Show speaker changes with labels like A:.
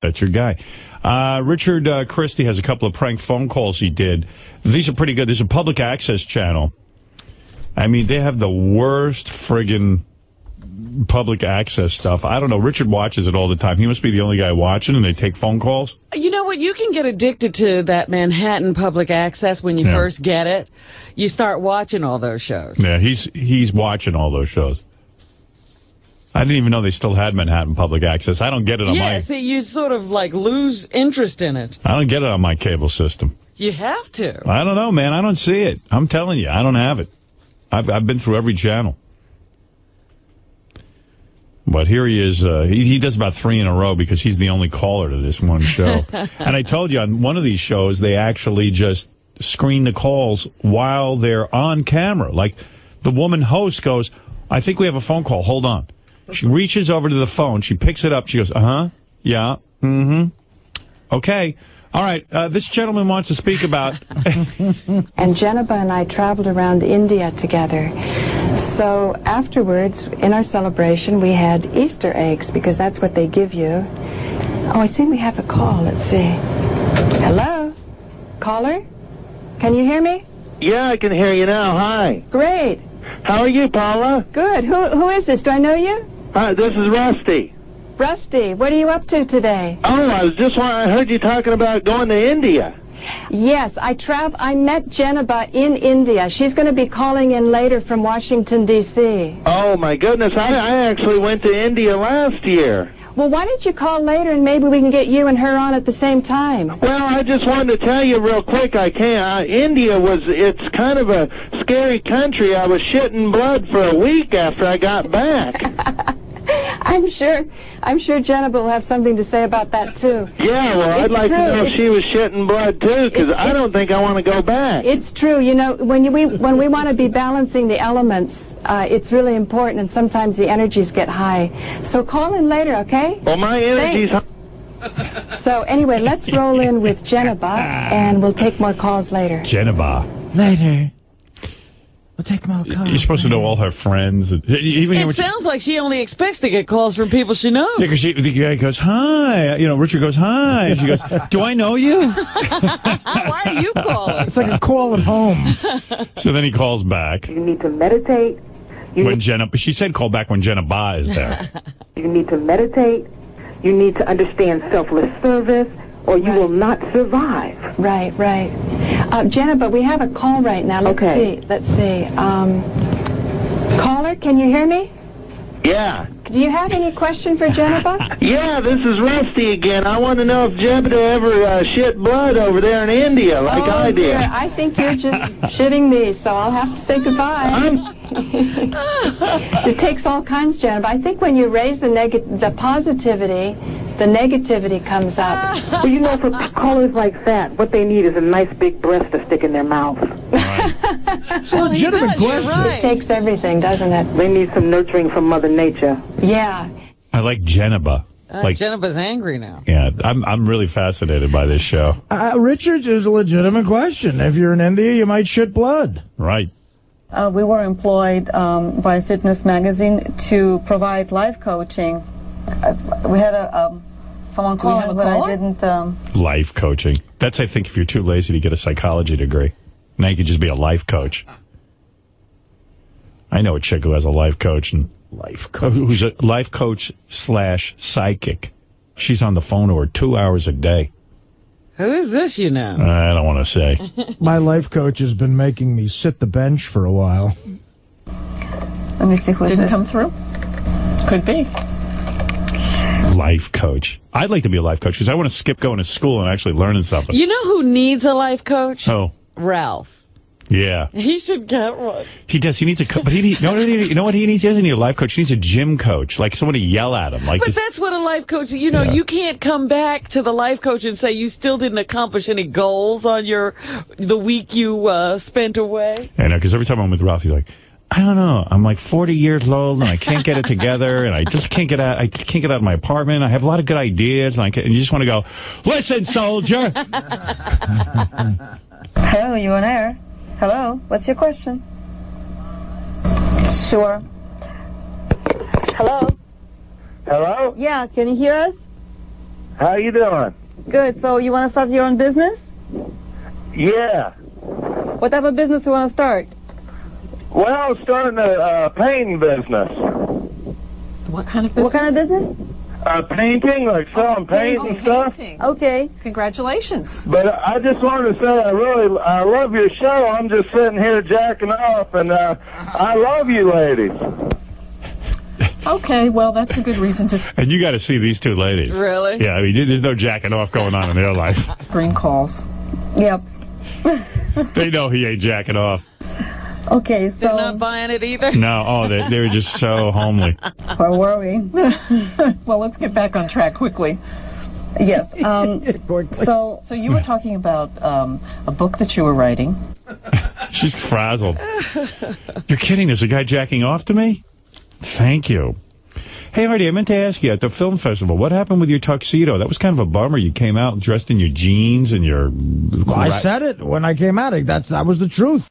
A: That's your guy. Uh, Richard uh, Christie has a couple of prank phone calls he did. These are pretty good. There's a public access channel. I mean, they have the worst friggin' public access stuff. I don't know. Richard watches it all the time. He must be the only guy watching, and they take phone calls.
B: You know what? You can get addicted to that Manhattan public access when you
A: Yeah.
B: first get it. You start watching all those shows.
A: Yeah, he's he's watching all those shows. I didn't even know they still had Manhattan public access. I don't get it on
B: yeah,
A: my
B: see, you sort of like lose interest in it.
A: I don't get it on my cable system.
B: You have to.
A: I don't know, man. I don't see it. I'm telling you, I don't have it. I've I've been through every channel. But here he is. Uh, he, he does about three in a row because he's the only caller to this one show. and I told you on one of these shows they actually just screen the calls while they're on camera. Like the woman host goes, "I think we have a phone call. Hold on." She reaches over to the phone. She picks it up. She goes, "Uh huh. Yeah. Mm-hmm. Okay. All right. Uh, this gentleman wants to speak about."
C: And Jennifer and I traveled around India together. So afterwards, in our celebration, we had Easter eggs because that's what they give you. Oh, I see we have a call. Let's see. Hello? Caller? Can you hear me?
D: Yeah, I can hear you now. Hi.
C: Great.
D: How are you, Paula?
C: Good. Who, who is this? Do I know you?
D: Uh, this is Rusty.
C: Rusty, what are you up to today?
D: Oh, I was just wa- I heard you talking about going to India.
C: Yes, I trav I met Jennifer in India. She's going to be calling in later from Washington D.C.
D: Oh my goodness, I, I actually went to India last year.
C: Well, why don't you call later and maybe we can get you and her on at the same time?
D: Well, I just wanted to tell you real quick. I can't. Uh, India was it's kind of a scary country. I was shitting blood for a week after I got back.
C: I'm sure I'm sure Jennifer will have something to say about that too.
D: Yeah, well, I'd
C: It's
D: like
C: true.
D: to know
C: It's-
D: if she was shitting blood too, because
C: It's-
D: I
C: it's-
D: don't think I want to go back.
C: It's true, you know, when you, we when we want to be balancing the elements, uh, it's really important and sometimes the energies get high. So call in later, okay?
D: well, my energy's.
C: Thanks. So anyway, let's roll in with Jennifer and we'll take more calls later.
A: Geneva.
E: Later. We'll take my call.
A: You're supposed to know all her friends. and- Even
B: It
A: when she-
B: sounds like she only expects to get calls from people she knows.
A: yeah, 'cause she, the guy goes, hi. You know, Richard goes, hi. And she goes, do I know you?
B: Why are you calling?
E: It's like a call at home.
A: So then he calls back
F: You need to meditate. You
A: when
F: need,
A: Jenna, she said call back when Jenna Ba is there.
F: you need to meditate. You need to understand selfless service, or you will not survive.
C: Right, right. Uh, Jenna, but we have a call right now. Let's
F: Okay.
C: see. Let's see. Um, caller, can you hear me?
D: Yeah.
C: Do you have any question for Jennifer?
D: Yeah, this is Rusty again. I want to know if Jebda ever uh, shit blood over there in India like
C: oh,
D: I did.
C: dear, I think you're just shitting me, so I'll have to say goodbye. it takes all kinds, Jennifer. I think when you raise the neg- the positivity, the negativity comes up.
F: Well, you know, for callers like that, what they need is a nice big breast to stick in their mouth.
E: It's a legitimate
B: does, you're
E: question.
B: right.
C: It takes everything, doesn't it?
F: They need some nurturing from Mother Nature.
C: Yeah.
A: I like Geneva.
B: Uh,
A: Like,
B: Jennifer's angry now.
A: yeah, I'm, I'm really fascinated by this show.
E: Uh, Richard's is a legitimate question. If you're in India, you might shit blood.
A: Right.
G: Uh, we were employed um, by Fitness Magazine to provide life coaching. Uh, we had a um, someone call in, but I didn't. Um,
A: Life coaching. That's, I think, if you're too lazy to get a psychology degree. Now you could just be a life coach. I know a chick who has a life coach and
E: Life
A: co- who's a life coach slash psychic. She's on the phone to her two hours a day.
B: Who is this you know?
A: I don't want to say.
E: My life coach has been making me sit the bench for a while.
G: let me see who it
H: Didn't
G: is.
H: come through? Could be.
A: life coach. I'd like to be a life coach because I want to skip going to school and actually learning something.
B: You know who needs a life coach?
A: Oh,
B: Ralph.
A: yeah.
B: He should get one.
A: He does. He needs a co- but he need, no, no, no, you know what he needs? He doesn't need a life coach. He needs a gym coach, like someone to yell at him. Like
B: But
A: just,
B: that's what a life coach, you know,
A: Yeah.
B: you can't come back to the life coach and say you still didn't accomplish any goals on your the week you uh, spent away.
A: I know because uh, every time I'm with Ralph, he's like, I don't know. I'm like 40 years old and I can't get it together and I just can't get out. I can't get out of my apartment. I have a lot of good ideas and, I can, and you just want to go, listen, soldier.
G: Hello, you on air? Hello, what's your question? Sure. Hello.
D: Hello?
G: Yeah, can you hear us?
D: How you doing?
G: Good. So you want to start your own business?
D: Yeah.
G: What type of business you want to start?
D: Well, I'm starting a uh, painting business.
H: What kind of
G: What
H: business?
G: kind of business?
D: Uh, painting, like selling paint and
H: Oh,
D: stuff.
H: painting.
G: Okay.
H: Congratulations.
D: But I just wanted to say I really I love your show. I'm just sitting here jacking off, and uh, I love you ladies.
H: Okay, well, that's a good reason to s-
A: And you got to see these two ladies.
B: Really?
A: Yeah, I mean, there's no jacking off going on in their life.
H: green calls.
G: Yep.
A: They know he ain't jacking off.
G: Okay. So
B: They're not buying it either.
A: No, oh, they, they were just so homely.
G: where were we?
H: Well, let's get back on track quickly.
G: yes. Um, so
H: So you were talking about um, a book that you were writing.
A: She's frazzled. You're kidding? There's a guy jacking off to me? Thank you. Hey, Artie, I meant to ask you at the film festival, what happened with your tuxedo? That was kind of a bummer. You came out dressed in your jeans and your.
E: I said it when I came out. That's that was the truth.